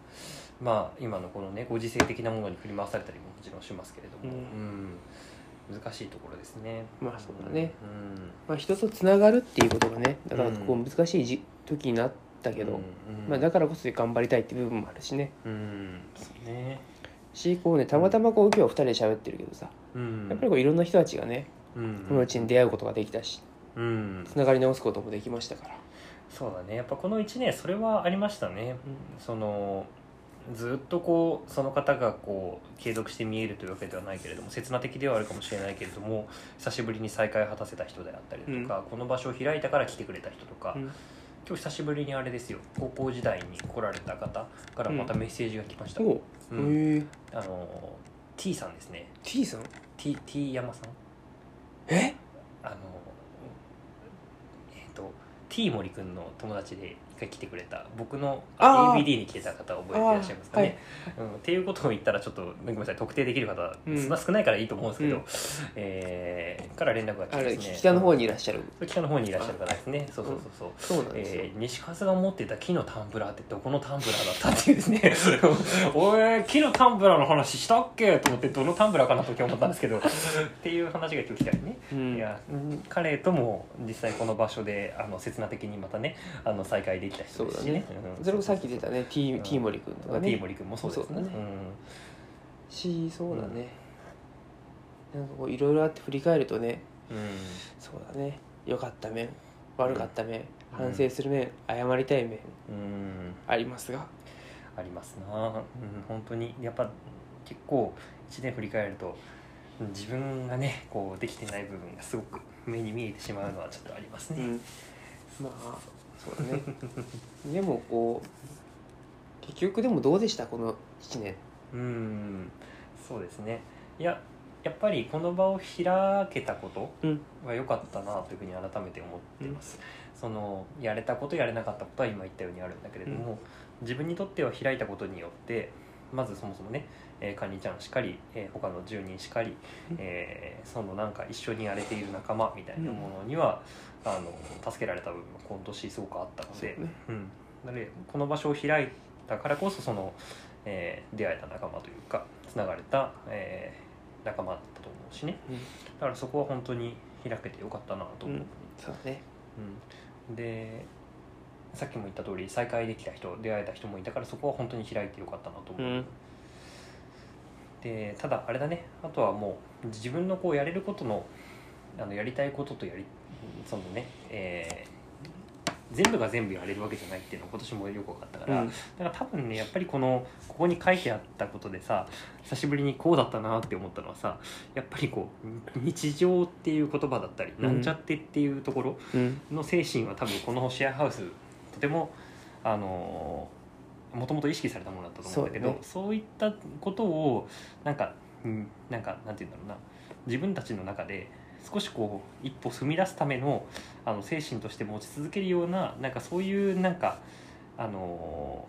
[SPEAKER 2] まあ今のこのねご時世的なものに振り回されたりももちろんしますけれども、うん難しいところですね。
[SPEAKER 1] まあそうだね、
[SPEAKER 2] うん、
[SPEAKER 1] まあ、人とつながるっていうことがねだからこう
[SPEAKER 2] う
[SPEAKER 1] ん難しいじ時になったけど、
[SPEAKER 2] うんうん
[SPEAKER 1] まあ、だからこそ頑張りたいっていう部分もあるしね
[SPEAKER 2] うんそうね、
[SPEAKER 1] しこうねたまたまこう今日は2人で喋ってるけどさ
[SPEAKER 2] うん、
[SPEAKER 1] やっぱりこういろんな人たちがね
[SPEAKER 2] うん
[SPEAKER 1] このうちに出会うことができたし、
[SPEAKER 2] うん
[SPEAKER 1] つながり直すこともできましたから
[SPEAKER 2] そうだねやっぱこの1年それはありましたね、そのずっとこうその方がこう継続して見えるというわけではないけれども刹那的ではあるかもしれないけれども久しぶりに再会を果たせた人であったりとか、この場所を開いたから来てくれた人とか、
[SPEAKER 1] うん
[SPEAKER 2] 今日久しぶりにあれですよ高校時代に来られた方からまたメッセージが来ました、
[SPEAKER 1] お
[SPEAKER 2] う
[SPEAKER 1] うんへえ
[SPEAKER 2] あの T さんですね
[SPEAKER 1] T さん
[SPEAKER 2] T, T 山さん
[SPEAKER 1] え
[SPEAKER 2] あのえっ、と T 森くんの友達で一回来てくれた僕の
[SPEAKER 1] あー
[SPEAKER 2] ABD に来てた方覚えていらっしゃいますかね、うん、っていうことを言ったらちょっとごめんなさい特定できる方、
[SPEAKER 1] うん
[SPEAKER 2] そんな少ないからいいと思うんですけど、
[SPEAKER 1] うん
[SPEAKER 2] えーから連絡が来
[SPEAKER 1] あ
[SPEAKER 2] て
[SPEAKER 1] れ
[SPEAKER 2] ですね
[SPEAKER 1] 北の方にいらっしゃる
[SPEAKER 2] 北の方にいらっしゃる方ですねそうそうそうそう、
[SPEAKER 1] そうなんですよ
[SPEAKER 2] えー西風が持っていた木のタンブラーってどこのタンブラーだったっていうですね <laughs> おい木のタンブラーの話したっけと思ってどのタンブラーかなと思ったんですけどっていう話が今日来たりね
[SPEAKER 1] うん
[SPEAKER 2] いやうん彼とも実際この場所であの刹那的にまたねあの再会できた人ですしねうん
[SPEAKER 1] それこそさっき出たね T,、
[SPEAKER 2] うん
[SPEAKER 1] T 森くんとか
[SPEAKER 2] ティー
[SPEAKER 1] ね
[SPEAKER 2] モリ君もそうです
[SPEAKER 1] そ
[SPEAKER 2] ね
[SPEAKER 1] うだねしそうだね、なんかこういろいろあって振り返るとね
[SPEAKER 2] うんうん
[SPEAKER 1] そうだね良かった面悪かった面、反省する面謝りたい面
[SPEAKER 2] うん
[SPEAKER 1] ありますが
[SPEAKER 2] ありますな、うん、本当にやっぱ結構1年振り返るとうん自分がねこうできてない部分がすごく目に見えてしまうのはちょっとあります
[SPEAKER 1] う
[SPEAKER 2] ね、
[SPEAKER 1] んまあそう
[SPEAKER 2] <laughs>
[SPEAKER 1] だねでもこう結局でもどうでしたこの7年
[SPEAKER 2] うんそうですねいややっぱりこの場を開けたこと
[SPEAKER 1] うん
[SPEAKER 2] は良かったなというふうに改めて思ってます、そのやれたことやれなかったことは今言ったようにあるんだけれども、自分にとっては開いたことによってまずそもそもね、えー、カニちゃんしかり、えー他の住人しかり、
[SPEAKER 1] うん
[SPEAKER 2] えーそのなんか一緒にやれている仲間みたいなものには、あの助けられた部分が今年すごくあったの
[SPEAKER 1] そう
[SPEAKER 2] で
[SPEAKER 1] ね
[SPEAKER 2] うん、なのでこの場所を開いたからこそその、えー出会えた仲間というかつながれた、えー仲間だったと思うしね、
[SPEAKER 1] うん
[SPEAKER 2] だからそこは本当に開けてよかったなと思う、
[SPEAKER 1] うんそうだね
[SPEAKER 2] うんでさっきも言った通り再会できた人出会えた人もいたからそこは本当に開いてよかったなと思う、
[SPEAKER 1] うん
[SPEAKER 2] でただあれだねあとはもう自分のこうやれることのあのやりたいこととやりそのね、えー全部が全部やれるわけじゃないっていうのは今年もよく分かったから、
[SPEAKER 1] うん
[SPEAKER 2] だから多分ねやっぱりこのここに書いてあったことでさ久しぶりにこうだったなって思ったのはさやっぱりこう日常っていう言葉だったり、
[SPEAKER 1] うん
[SPEAKER 2] なんちゃってっていうところ
[SPEAKER 1] うん
[SPEAKER 2] の精神は多分このシェアハウスとてもあのもともと意識されたものだったと思うんだけど
[SPEAKER 1] そ
[SPEAKER 2] そうう,、
[SPEAKER 1] ね
[SPEAKER 2] いったことをなんか、うん、なんかなんて言うんだろうな自分たちの中で少しこう一歩踏み出すためのあの精神として持ち続けるようななんかそういうなんかあの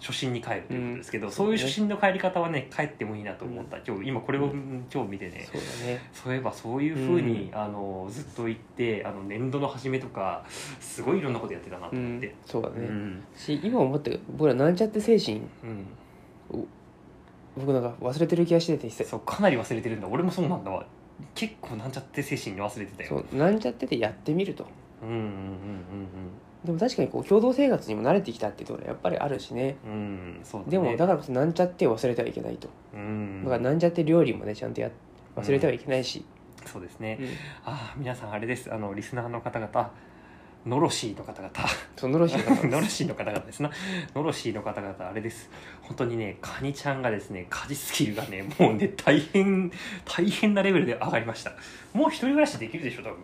[SPEAKER 2] 初心に帰るということですけど、
[SPEAKER 1] うん
[SPEAKER 2] そういう初心の帰り方はね帰ってもいいなと思った、今日今これを、
[SPEAKER 1] う
[SPEAKER 2] 今日見てね
[SPEAKER 1] そうだね
[SPEAKER 2] そういえばそういうふう
[SPEAKER 1] う
[SPEAKER 2] に、あのずっと言ってあの年度の初めとかすごいいろんなことやってたなと
[SPEAKER 1] う
[SPEAKER 2] 思っ
[SPEAKER 1] ん
[SPEAKER 2] て、
[SPEAKER 1] そうだ
[SPEAKER 2] うん
[SPEAKER 1] ね、し今思って僕らなんちゃって精神
[SPEAKER 2] うん
[SPEAKER 1] 僕なんか忘れてる気がしてて実際
[SPEAKER 2] そうかなり忘れてるんだ俺もそうなんだわ結構なんちゃって精神に忘れてたよ
[SPEAKER 1] そうなんちゃっててやってみると
[SPEAKER 2] うんうんうん
[SPEAKER 1] でも確かにこう共同生活にも慣れてきたっていうところはやっぱりあるしね
[SPEAKER 2] うんうんうんそうだね
[SPEAKER 1] でもだからこそなんちゃって忘れてはいけないと、
[SPEAKER 2] うん
[SPEAKER 1] だからなんちゃって料理もねちゃんとや忘れてはいけないし、
[SPEAKER 2] そうですね、ああ皆さんあれですあのリスナーの方々ノロシーの方々
[SPEAKER 1] そ <laughs> のロシ
[SPEAKER 2] <laughs>
[SPEAKER 1] アが
[SPEAKER 2] ノロシーの方々ですなノロシーの方々あれです本当にねカニちゃんがですね家事スキルがねもうね大変大変なレベルで上がりましたもう一人暮らしできるでしょ多分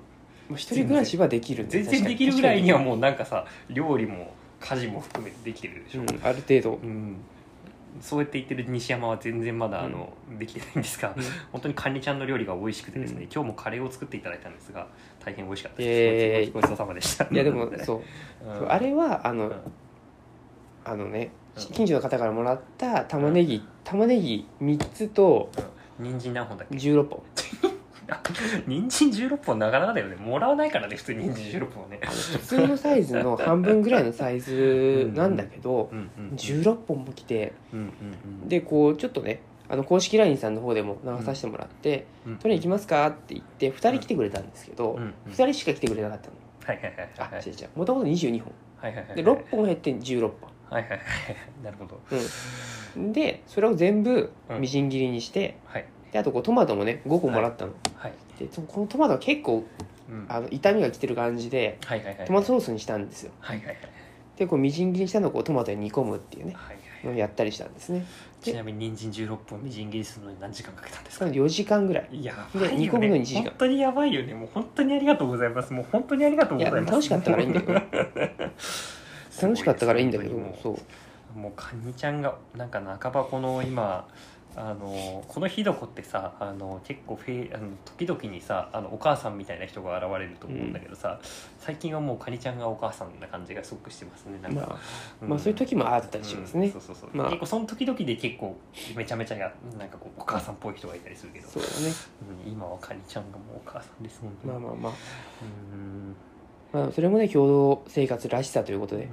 [SPEAKER 1] まあ一人暮らしはできるんだよ
[SPEAKER 2] 全然できるぐらいには
[SPEAKER 1] 確
[SPEAKER 2] もうなんかさ料理も家事も含めてできてるでし
[SPEAKER 1] か
[SPEAKER 2] ょ、
[SPEAKER 1] にうんある程度
[SPEAKER 2] うんそうやって言ってる西山は全然まだあの、できてないんですが、
[SPEAKER 1] うん
[SPEAKER 2] 本当にカニちゃんの料理が美味しくてですね、
[SPEAKER 1] うん
[SPEAKER 2] 今日もカレーを作っていただいたんですが大変美味しかった
[SPEAKER 1] イエ
[SPEAKER 2] で
[SPEAKER 1] ーイ
[SPEAKER 2] すご <laughs> ちそうさまでした
[SPEAKER 1] いやでもそう
[SPEAKER 2] うん
[SPEAKER 1] あれはあ
[SPEAKER 2] う
[SPEAKER 1] の、
[SPEAKER 2] ん
[SPEAKER 1] あのね
[SPEAKER 2] うん
[SPEAKER 1] 近所の方からもらった玉ねぎ玉ねぎ3つと
[SPEAKER 2] 人参何本だっけ
[SPEAKER 1] 16本
[SPEAKER 2] 人参16本なかなかだよねもらわないからね普通に人参16本はね
[SPEAKER 1] あの普通のサイズの半分ぐらいのサイズなんだけど
[SPEAKER 2] うんうんうん
[SPEAKER 1] 16本も来て
[SPEAKER 2] うんうんうん
[SPEAKER 1] でこうちょっとねあの公式 LINE さんの方でも流させてもらって
[SPEAKER 2] うんうん
[SPEAKER 1] 「取りに行きますか?」って言って2人来てくれたんですけ
[SPEAKER 2] う
[SPEAKER 1] ど
[SPEAKER 2] んうん
[SPEAKER 1] 2人しか来てくれなかったの
[SPEAKER 2] はいはいはい
[SPEAKER 1] あ
[SPEAKER 2] はい
[SPEAKER 1] 違う違うもともと22本
[SPEAKER 2] はいはいはい
[SPEAKER 1] で6本減って16本
[SPEAKER 2] はいはいはいなるほど
[SPEAKER 1] うんでそれを全部
[SPEAKER 2] うん
[SPEAKER 1] みじん切りにして
[SPEAKER 2] はい
[SPEAKER 1] であとこうトマトもね5個もらったの
[SPEAKER 2] はい
[SPEAKER 1] でそこのトマトは結構
[SPEAKER 2] うん
[SPEAKER 1] あの痛みがきてる感じで
[SPEAKER 2] はいはいはい
[SPEAKER 1] トマトソースにしたんですよ
[SPEAKER 2] はいはいはい
[SPEAKER 1] でこうみじん切りにしたのをこうトマトで煮込むっていうね
[SPEAKER 2] はいはい
[SPEAKER 1] のをやったりしたんですね
[SPEAKER 2] ちなみに人参16本みじん切りするのに何時間かけたんですか
[SPEAKER 1] 4時間ぐらい
[SPEAKER 2] いや
[SPEAKER 1] で煮込むのに一時間
[SPEAKER 2] 本当にやばいよねもう本当にありがとうございますもう本当にありがとう
[SPEAKER 1] い
[SPEAKER 2] ござ
[SPEAKER 1] や
[SPEAKER 2] い <laughs> ます
[SPEAKER 1] 楽しかったからいいんだけど楽しかったからいいんだけど
[SPEAKER 2] も
[SPEAKER 1] そう
[SPEAKER 2] うもうカニちゃんがなんか半ばこの今あのこのひどこってさあの結構フェイあの時々にさあのお母さんみたいな人が現れると思うんだけどさ、最近はもうカニちゃんがお母さんな感じがすごくしてますねなんか、
[SPEAKER 1] まあ
[SPEAKER 2] ん
[SPEAKER 1] まあそういう時もあったりします
[SPEAKER 2] うん
[SPEAKER 1] ね
[SPEAKER 2] そうそうそう
[SPEAKER 1] まあ
[SPEAKER 2] 結構その時々で結構めちゃめちゃやなんかこうお母さんっぽい人がいたりするけど、
[SPEAKER 1] そうだね
[SPEAKER 2] うん今はカニちゃんがもうお母さんですもんね、
[SPEAKER 1] まあまあまあ
[SPEAKER 2] うん
[SPEAKER 1] まあそれもね共同生活らしさということで
[SPEAKER 2] うん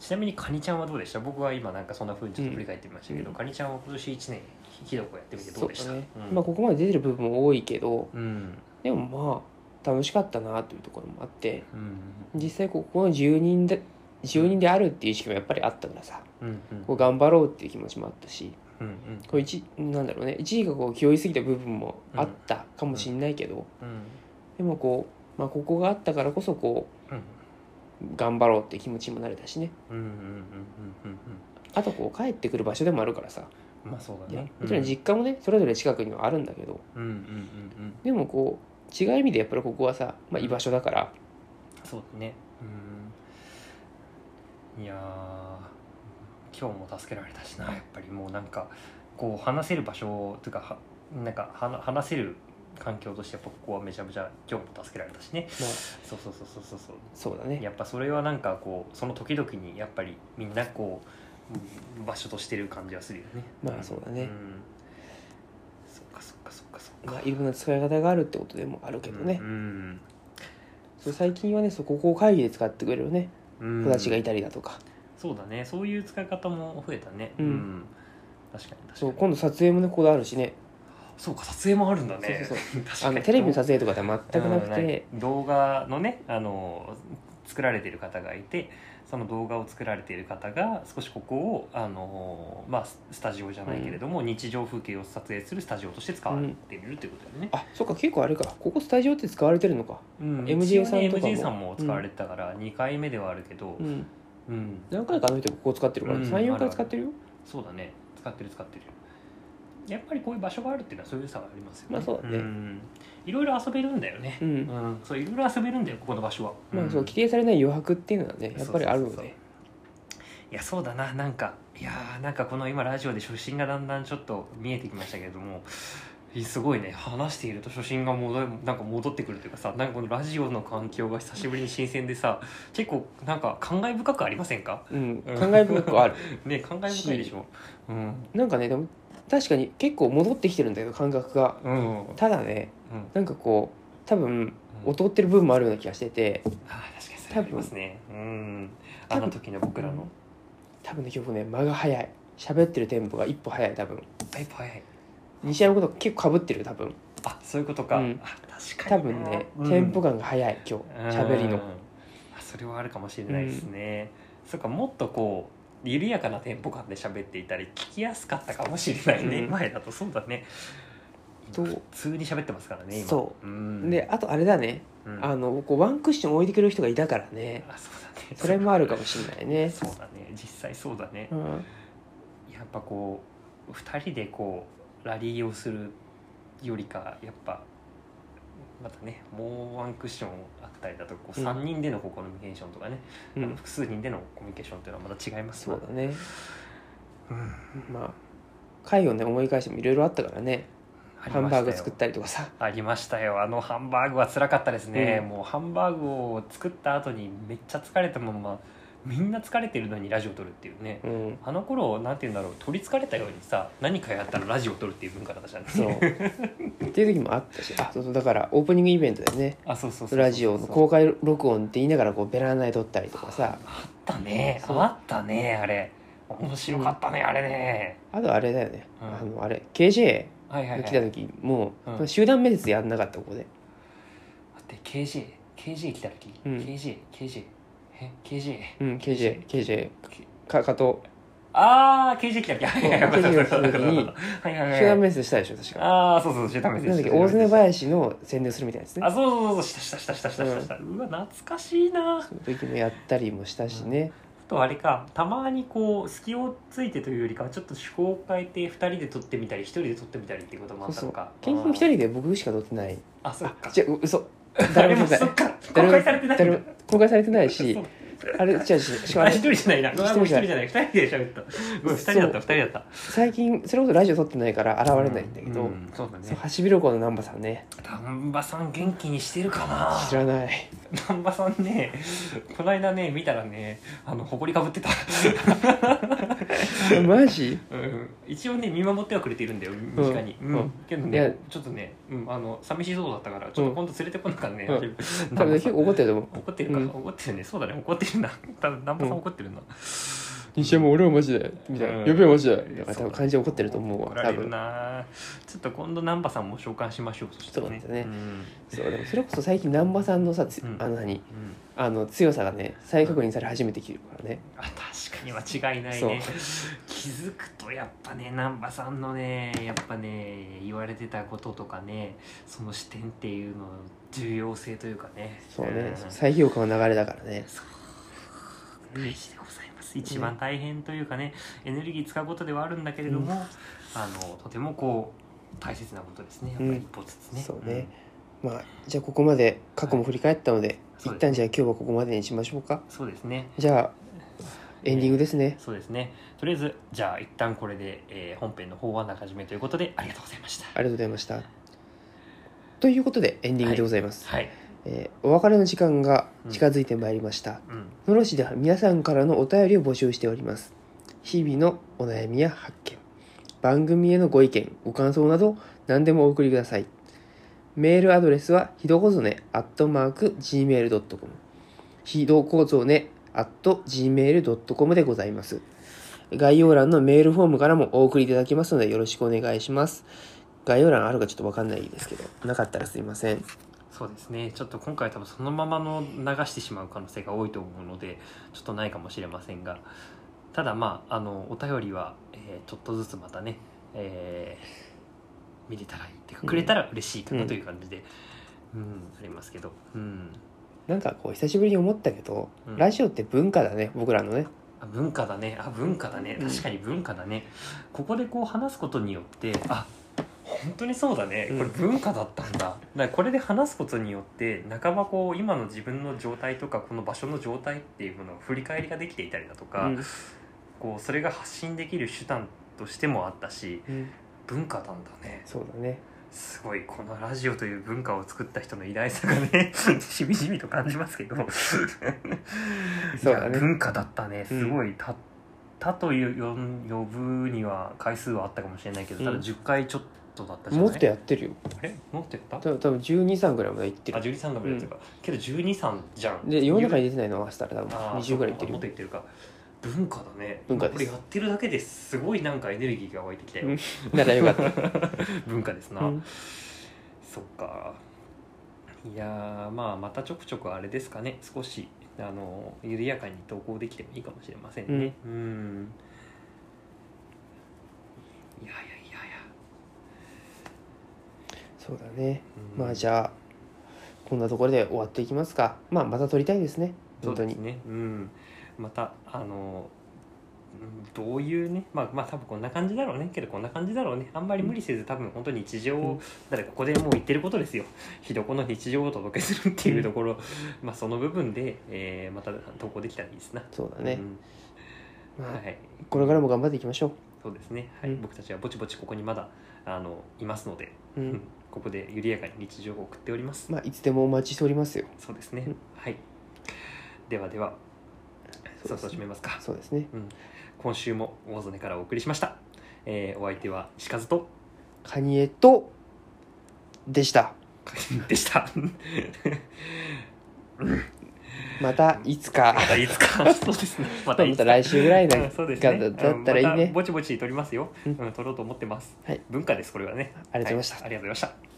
[SPEAKER 2] ちなみにカニちゃんはどうでした僕は今なんかそんなふうにちょっと振り返ってみましたけど、
[SPEAKER 1] うん
[SPEAKER 2] カニちゃんは今年1年ひどくやってみてど
[SPEAKER 1] そう
[SPEAKER 2] でした
[SPEAKER 1] うね
[SPEAKER 2] うん
[SPEAKER 1] まあここまで出てる部分も多いけど
[SPEAKER 2] うん
[SPEAKER 1] でもまあ楽しかったなというところもあって
[SPEAKER 2] うん
[SPEAKER 1] 実際ここの住人で住人であるっていう意識もやっぱりあったからさ
[SPEAKER 2] うんうん
[SPEAKER 1] こう頑張ろうっていう気持ちもあったし
[SPEAKER 2] うんうん
[SPEAKER 1] こう一なんだろうね一時がこう気負いすぎた部分もあったかもしれないけど、
[SPEAKER 2] うん
[SPEAKER 1] でもこう、まあ、ここがあったからこそこ
[SPEAKER 2] うん
[SPEAKER 1] う頑張ろうって気持ちにもなれたしね
[SPEAKER 2] うんうんうんうんうん
[SPEAKER 1] あとこう帰ってくる場所でもあるからさ、
[SPEAKER 2] うんまあそうだ
[SPEAKER 1] ね
[SPEAKER 2] ね
[SPEAKER 1] もちろん実家もねそれぞれ近くにはあるんだけど
[SPEAKER 2] うんうんうんうん
[SPEAKER 1] でもこう違う意味でやっぱりここはさ、まあ、居場所だから
[SPEAKER 2] そうだねうんいやー今日も助けられたしなやっぱりもうなんかこう話せる場所というかはなんかはな話せる環境としてやっぱここはめちゃめちゃ今日も助けられたしね
[SPEAKER 1] まあ
[SPEAKER 2] そうそうそうそうそうそう
[SPEAKER 1] そうだね
[SPEAKER 2] やっぱそれはなんかこうその時々にやっぱりみんなこううん場所としてる感じはするよね
[SPEAKER 1] まあそうだね
[SPEAKER 2] んそっかそっかそっかそっか
[SPEAKER 1] まあ、いろんな使い方があるってことでもあるけどね
[SPEAKER 2] う、ん
[SPEAKER 1] そう最近はねそうここを会議で使ってくれるね
[SPEAKER 2] うん
[SPEAKER 1] 子たちがいたりだとか、
[SPEAKER 2] そうだねそういう使い方も増えたね
[SPEAKER 1] うん
[SPEAKER 2] 確かに確かに
[SPEAKER 1] そう今度撮影もねここであるしね
[SPEAKER 2] そうか撮影もあるんだね
[SPEAKER 1] そう
[SPEAKER 2] <laughs> 確か
[SPEAKER 1] あ
[SPEAKER 2] に
[SPEAKER 1] のテレビの撮影とかでは全くなく
[SPEAKER 2] うんい
[SPEAKER 1] て、
[SPEAKER 2] 動画のねあの作られてる方がいてその動画を作られている方が少しここをあの、まあ、ススタジオじゃないけれども、日常風景を撮影するスタジオとして使われているということだよね、
[SPEAKER 1] あそっか結構あれかここスタジオって使われてるのか
[SPEAKER 2] うん
[SPEAKER 1] MJ さんとかも
[SPEAKER 2] 一応ね MJ さんも使われてたから2回目ではあるけど、
[SPEAKER 1] うん
[SPEAKER 2] うん
[SPEAKER 1] 何回かあの人ここ使ってるから、
[SPEAKER 2] うん
[SPEAKER 1] 三34回使ってるよ
[SPEAKER 2] そうだね使ってる使ってるやっぱりこういう場所があるっていうのはそういう良さがありますよね
[SPEAKER 1] まあそうだね
[SPEAKER 2] んいろいろ遊べるんだよね
[SPEAKER 1] うん、
[SPEAKER 2] うんそういろいろ遊べるんだよここの場所は
[SPEAKER 1] まあそう規
[SPEAKER 2] ん
[SPEAKER 1] 定されない余白っていうのはねやっぱりある
[SPEAKER 2] そう
[SPEAKER 1] の
[SPEAKER 2] そうそうそう
[SPEAKER 1] で
[SPEAKER 2] いやそうだななんかいやーなんかこの今ラジオで初心がだんだんちょっと見えてきましたけれどもいすごいね話していると初心が戻なんか戻ってくるというかさなんかこのラジオの環境が久しぶりに新鮮でさ結構なんか感慨深くありませんか
[SPEAKER 1] うん
[SPEAKER 2] うん
[SPEAKER 1] 感慨深くはある
[SPEAKER 2] ね感慨深いでしょうん
[SPEAKER 1] なんかねでも確かに結構戻ってきてるんだけど感覚が
[SPEAKER 2] うんうん
[SPEAKER 1] ただねなんかこう多分
[SPEAKER 2] うん
[SPEAKER 1] 劣ってる部分もあるような気がしてて
[SPEAKER 2] あー確かにそれありますねうん
[SPEAKER 1] 多
[SPEAKER 2] あ
[SPEAKER 1] 分
[SPEAKER 2] の時の僕らの
[SPEAKER 1] 多分ね今日ね間が早い喋ってるテンポが一歩早い多分
[SPEAKER 2] だいぶ早い
[SPEAKER 1] 西山のこと結構かぶってる多分
[SPEAKER 2] あそういうことか、
[SPEAKER 1] うん
[SPEAKER 2] あ確
[SPEAKER 1] 多
[SPEAKER 2] かに
[SPEAKER 1] 分ね、
[SPEAKER 2] うん
[SPEAKER 1] テンポ感が早い今日喋り
[SPEAKER 2] うん
[SPEAKER 1] の
[SPEAKER 2] あそれはあるかもしれないですね、そっかもっとこう緩やかなテンポ感で喋っていたり聞きやすかったかもしれないね、
[SPEAKER 1] うん
[SPEAKER 2] 前だとそうだね
[SPEAKER 1] と
[SPEAKER 2] 今普通に喋ってますからね今、
[SPEAKER 1] そう
[SPEAKER 2] ん、
[SPEAKER 1] で、あとあれだね
[SPEAKER 2] うん
[SPEAKER 1] あのこうワンクッション置いてくれる人がいたからね
[SPEAKER 2] あそうだね
[SPEAKER 1] それもあるかもしれないね
[SPEAKER 2] そうだね実際そうだね
[SPEAKER 1] う、ん
[SPEAKER 2] やっぱこう2人でこうラリーをするよりかやっぱまたねもうワンクッションあったりだとこう
[SPEAKER 1] うん
[SPEAKER 2] 3人でのこうコミュニケーションとかね、
[SPEAKER 1] う
[SPEAKER 2] あの
[SPEAKER 1] ん
[SPEAKER 2] 複数人でのコミュニケーションっていうのはまた違います
[SPEAKER 1] そ
[SPEAKER 2] もん
[SPEAKER 1] うだね
[SPEAKER 2] うん
[SPEAKER 1] まあ会をね思い返してもいろいろあったからね
[SPEAKER 2] あり
[SPEAKER 1] ハ
[SPEAKER 2] ま
[SPEAKER 1] ン
[SPEAKER 2] したよ
[SPEAKER 1] バーグ作ったりとかさ
[SPEAKER 2] ありましたよあのハンバーグは辛かったですね、
[SPEAKER 1] うん
[SPEAKER 2] もうハンバーグを作った後にめっちゃ疲れたままみんな疲れてるのにラジオ撮るっていうね
[SPEAKER 1] うん
[SPEAKER 2] あの頃なんて言うんだろう取りつかれたようにさ何かやったらラジオ撮るっていう文化だったじゃん <laughs>
[SPEAKER 1] そうっていう時もあったしあそうそうだからオープニングイベントでね
[SPEAKER 2] あそうそうそうそう
[SPEAKER 1] ラジオの公開録音って言いながらこうベランダで撮ったりとかさ
[SPEAKER 2] あったね
[SPEAKER 1] そう
[SPEAKER 2] あったねあれ面白かったね、あれね
[SPEAKER 1] あとあれだよね、
[SPEAKER 2] うん
[SPEAKER 1] あのあれ KJ
[SPEAKER 2] はいはい
[SPEAKER 1] が
[SPEAKER 2] は
[SPEAKER 1] 来
[SPEAKER 2] い
[SPEAKER 1] た
[SPEAKER 2] 待っ
[SPEAKER 1] 時、もう、
[SPEAKER 2] うん
[SPEAKER 1] 集団面接やんなかったここで
[SPEAKER 2] て KJ KJ 来た時、
[SPEAKER 1] うん
[SPEAKER 2] KJ KJ え KJ
[SPEAKER 1] うん KJKJ か加藤
[SPEAKER 2] ああ刑事劇だっけはいはいはい
[SPEAKER 1] 刑事劇の時に
[SPEAKER 2] はいはいはい
[SPEAKER 1] 集団面接したでしょ確か
[SPEAKER 2] ああそうそう集団面接
[SPEAKER 1] なんだっけ大常林の宣伝するみたいなですね
[SPEAKER 2] あそうそうそうそうしたしたしたしたしたしたした、うわ懐かしいなあ
[SPEAKER 1] その時もやったりもしたしね、
[SPEAKER 2] とあれかたまにこう隙をついてというよりかはちょっと趣向を変えて2人で撮ってみたり1人で撮ってみたりっていうこともあ
[SPEAKER 1] そうそ
[SPEAKER 2] ったの
[SPEAKER 1] う
[SPEAKER 2] か
[SPEAKER 1] 研究一人で僕しか撮ってない
[SPEAKER 2] あーあそっか
[SPEAKER 1] じゃう嘘
[SPEAKER 2] 誰
[SPEAKER 1] 誰
[SPEAKER 2] も
[SPEAKER 1] も撮っ
[SPEAKER 2] そ
[SPEAKER 1] て
[SPEAKER 2] っ
[SPEAKER 1] ない
[SPEAKER 2] か
[SPEAKER 1] 誰も
[SPEAKER 2] 公開されてない
[SPEAKER 1] 誰も公開されてないし
[SPEAKER 2] そう
[SPEAKER 1] あれ違うししかも
[SPEAKER 2] あ
[SPEAKER 1] あ
[SPEAKER 2] 一
[SPEAKER 1] れ
[SPEAKER 2] 人じゃないな。ごめんもう
[SPEAKER 1] 一
[SPEAKER 2] 一人
[SPEAKER 1] 人
[SPEAKER 2] じ
[SPEAKER 1] じ
[SPEAKER 2] ゃない。二人で喋った。ごめん、二人だった、二人だった。
[SPEAKER 1] 最近それこそラジオ撮ってないから現れないんだけど、
[SPEAKER 2] ううそうだ
[SPEAKER 1] そう
[SPEAKER 2] ね。
[SPEAKER 1] ハシビロコウの南波さんね
[SPEAKER 2] 丹波さん元気にしてるかな
[SPEAKER 1] 知らない <laughs>
[SPEAKER 2] 丹波さんね、こないだね、見たらね、あの、埃かぶっ
[SPEAKER 1] <laughs>
[SPEAKER 2] てた。
[SPEAKER 1] マ
[SPEAKER 2] <laughs>
[SPEAKER 1] ジ
[SPEAKER 2] うん、一応ね、見守ってはくれているんだよ、身近に。
[SPEAKER 1] うん
[SPEAKER 2] う
[SPEAKER 1] うん
[SPEAKER 2] ん。けど
[SPEAKER 1] いや
[SPEAKER 2] ね、ちょっとね、うん、あの、寂しそうだったから、ちょっと今度連れてこなかったね
[SPEAKER 1] <laughs> うん。多分
[SPEAKER 2] 丹波
[SPEAKER 1] 結
[SPEAKER 2] さん
[SPEAKER 1] 構怒ってると思う
[SPEAKER 2] 怒ってるか、
[SPEAKER 1] うん
[SPEAKER 2] 怒ってるね。そうだね、怒ってるな。多分南波さん怒ってるな。
[SPEAKER 1] 西山俺はマジでみたいな
[SPEAKER 2] うん
[SPEAKER 1] 呼べはマジでだから
[SPEAKER 2] そ
[SPEAKER 1] 多
[SPEAKER 2] う
[SPEAKER 1] 分感じ怒ってると思う
[SPEAKER 2] 怒
[SPEAKER 1] わ
[SPEAKER 2] ら
[SPEAKER 1] 多
[SPEAKER 2] れる
[SPEAKER 1] 分
[SPEAKER 2] なちょっと今度南波さんも召喚しましょうそしたらね
[SPEAKER 1] そうだね
[SPEAKER 2] ん
[SPEAKER 1] そうでもそれこそ最近南波さんのさつ
[SPEAKER 2] うん
[SPEAKER 1] あの何
[SPEAKER 2] うん
[SPEAKER 1] あの強さがね再確認され始めてきてるからね
[SPEAKER 2] あ確かに間違いない
[SPEAKER 1] そう
[SPEAKER 2] ね気づくとやっぱね難波さんのねやっぱね言われてたこととかねその視点っていうのの重要性というかね
[SPEAKER 1] そうね
[SPEAKER 2] ん
[SPEAKER 1] 再評価の流れだからね
[SPEAKER 2] そう大事でございます一番大変というかねエネルギー使うことではあるんだけれども、あのとてもこう大切なことですねやっぱり一歩ずつね、
[SPEAKER 1] そうねまあじゃあここまで過去も振り返ったので一
[SPEAKER 2] そうです
[SPEAKER 1] 旦じゃあ今日はここまでにしましょうか
[SPEAKER 2] そうですね
[SPEAKER 1] じゃあエンディングですね
[SPEAKER 2] そうですねとりあえずじゃあ一旦これで、えー本編の方は中締めということでありがとうございました
[SPEAKER 1] ありがとうございましたということでエンディングでございます、
[SPEAKER 2] はい
[SPEAKER 1] えーお別れの時間が近づいてまいりました、
[SPEAKER 2] うん
[SPEAKER 1] のろしでは皆さんからのお便りを募集しております日々のお悩みや発見番組へのご意見ご感想など何でもお送りくださいメールアドレスはひどこぞね gmail.com ひどこぞね gmail.com でございます概要欄のメールフォームからもお送りいただけますのでよろしくお願いします概要欄あるかちょっとわかんないですけどなかったらすいません
[SPEAKER 2] そうですねちょっと今回多分そのままの流してしまう可能性が多いと思うのでちょっとないかもしれませんがただまああのお便りは、えーちょっとずつまたね、えー見れたらいいっていうか
[SPEAKER 1] うん
[SPEAKER 2] くれたら嬉しいか
[SPEAKER 1] う
[SPEAKER 2] なんという感じで、うんありますけど、うん、
[SPEAKER 1] なんかこう久しぶりに思ったけど、
[SPEAKER 2] うん
[SPEAKER 1] ラジオって文化だね僕らのね
[SPEAKER 2] あ文化だねあ文化だね
[SPEAKER 1] うん
[SPEAKER 2] 確かに文化だね、ここでこう話すことによってあ本当にそうだね
[SPEAKER 1] うん
[SPEAKER 2] これ文化だったんだ,、だからこれで話すことによって半ばこう今の自分の状態とかこの場所の状態っていうものを振り返りができていたりだとか、
[SPEAKER 1] うん
[SPEAKER 2] こうそれが発信できる手段としてもあったし文化なんだね
[SPEAKER 1] そうだね
[SPEAKER 2] すごいこのラジオという文化を作った人の偉大さが
[SPEAKER 1] <laughs>
[SPEAKER 2] ねしみじみと感じますけど
[SPEAKER 1] そうだ
[SPEAKER 2] い
[SPEAKER 1] ね
[SPEAKER 2] や文化だったね
[SPEAKER 1] うん
[SPEAKER 2] すごい、たたというよん呼ぶには回数はあったかもしれないけどただ
[SPEAKER 1] うん
[SPEAKER 2] 10回ちょっとだったじゃな
[SPEAKER 1] も
[SPEAKER 2] い、
[SPEAKER 1] っとやってるよ
[SPEAKER 2] あれもっとやった
[SPEAKER 1] 多分多分12三ぐらいまで行って
[SPEAKER 2] あ
[SPEAKER 1] る
[SPEAKER 2] 1 2三がぐらいやってるか、けど1 2三じゃん
[SPEAKER 1] で世の中に出てないの合わせたら多分
[SPEAKER 2] あー
[SPEAKER 1] 20ぐらい行ってる
[SPEAKER 2] そうかもっと言ってるか文化だね
[SPEAKER 1] 文化です
[SPEAKER 2] これやってるだけですごいなんかエネルギーが湧いてきたよ、
[SPEAKER 1] うん <laughs> ならよかっ
[SPEAKER 2] 文化ですな、 <laughs>
[SPEAKER 1] た、うん
[SPEAKER 2] そっかいやーまあまたちょくちょくあれですかね少しあの緩やかに投稿できてもいいかもしれませんねうんいやいやいやいや、
[SPEAKER 1] そうだね
[SPEAKER 2] うん
[SPEAKER 1] まあじゃあこんなところで終わっていきますかまあまた撮りたいですね
[SPEAKER 2] そう
[SPEAKER 1] 本当
[SPEAKER 2] で
[SPEAKER 1] に
[SPEAKER 2] すねうんまたあのうんどういうねまあまあ多分こんな感じだろうねけどこんな感じだろうねあんまり無理せず多分本当に日常を、
[SPEAKER 1] うん
[SPEAKER 2] だってここでもう言ってることですよひどこの日常をお届けするっていうところ、まあその部分で、えーまた投稿できたらいいですな
[SPEAKER 1] そうだね
[SPEAKER 2] う、ん
[SPEAKER 1] ま
[SPEAKER 2] は
[SPEAKER 1] あ、
[SPEAKER 2] い、
[SPEAKER 1] これからも頑張っていきましょ
[SPEAKER 2] そうですね、はい
[SPEAKER 1] うん
[SPEAKER 2] 僕たちはぼちぼちここにまだあのいますので、
[SPEAKER 1] う、う
[SPEAKER 2] うん
[SPEAKER 1] ん、
[SPEAKER 2] <laughs> ここで緩やかに日常を送っております、
[SPEAKER 1] まあいつでもお待ちしておりますよ
[SPEAKER 2] そうですね、
[SPEAKER 1] うん
[SPEAKER 2] はいではでは
[SPEAKER 1] そ
[SPEAKER 2] そう
[SPEAKER 1] ですね
[SPEAKER 2] うそう締めますか
[SPEAKER 1] そうですね
[SPEAKER 2] 今週も大曽根からお送りしました、えーお相手は石和と
[SPEAKER 1] カニエとでした
[SPEAKER 2] でした
[SPEAKER 1] <laughs> またいつか
[SPEAKER 2] <laughs> またいつかそうですねまた
[SPEAKER 1] ま
[SPEAKER 2] いつ
[SPEAKER 1] た
[SPEAKER 2] か
[SPEAKER 1] 来週ぐらいな
[SPEAKER 2] うん <laughs> そうですね
[SPEAKER 1] がだったらいい
[SPEAKER 2] うんま
[SPEAKER 1] ね
[SPEAKER 2] たぼちぼち撮りますよ、
[SPEAKER 1] うん
[SPEAKER 2] うん、撮ろうと思ってます、
[SPEAKER 1] はい
[SPEAKER 2] 文化ですこれはね
[SPEAKER 1] ありがとうございました
[SPEAKER 2] はありがとうございました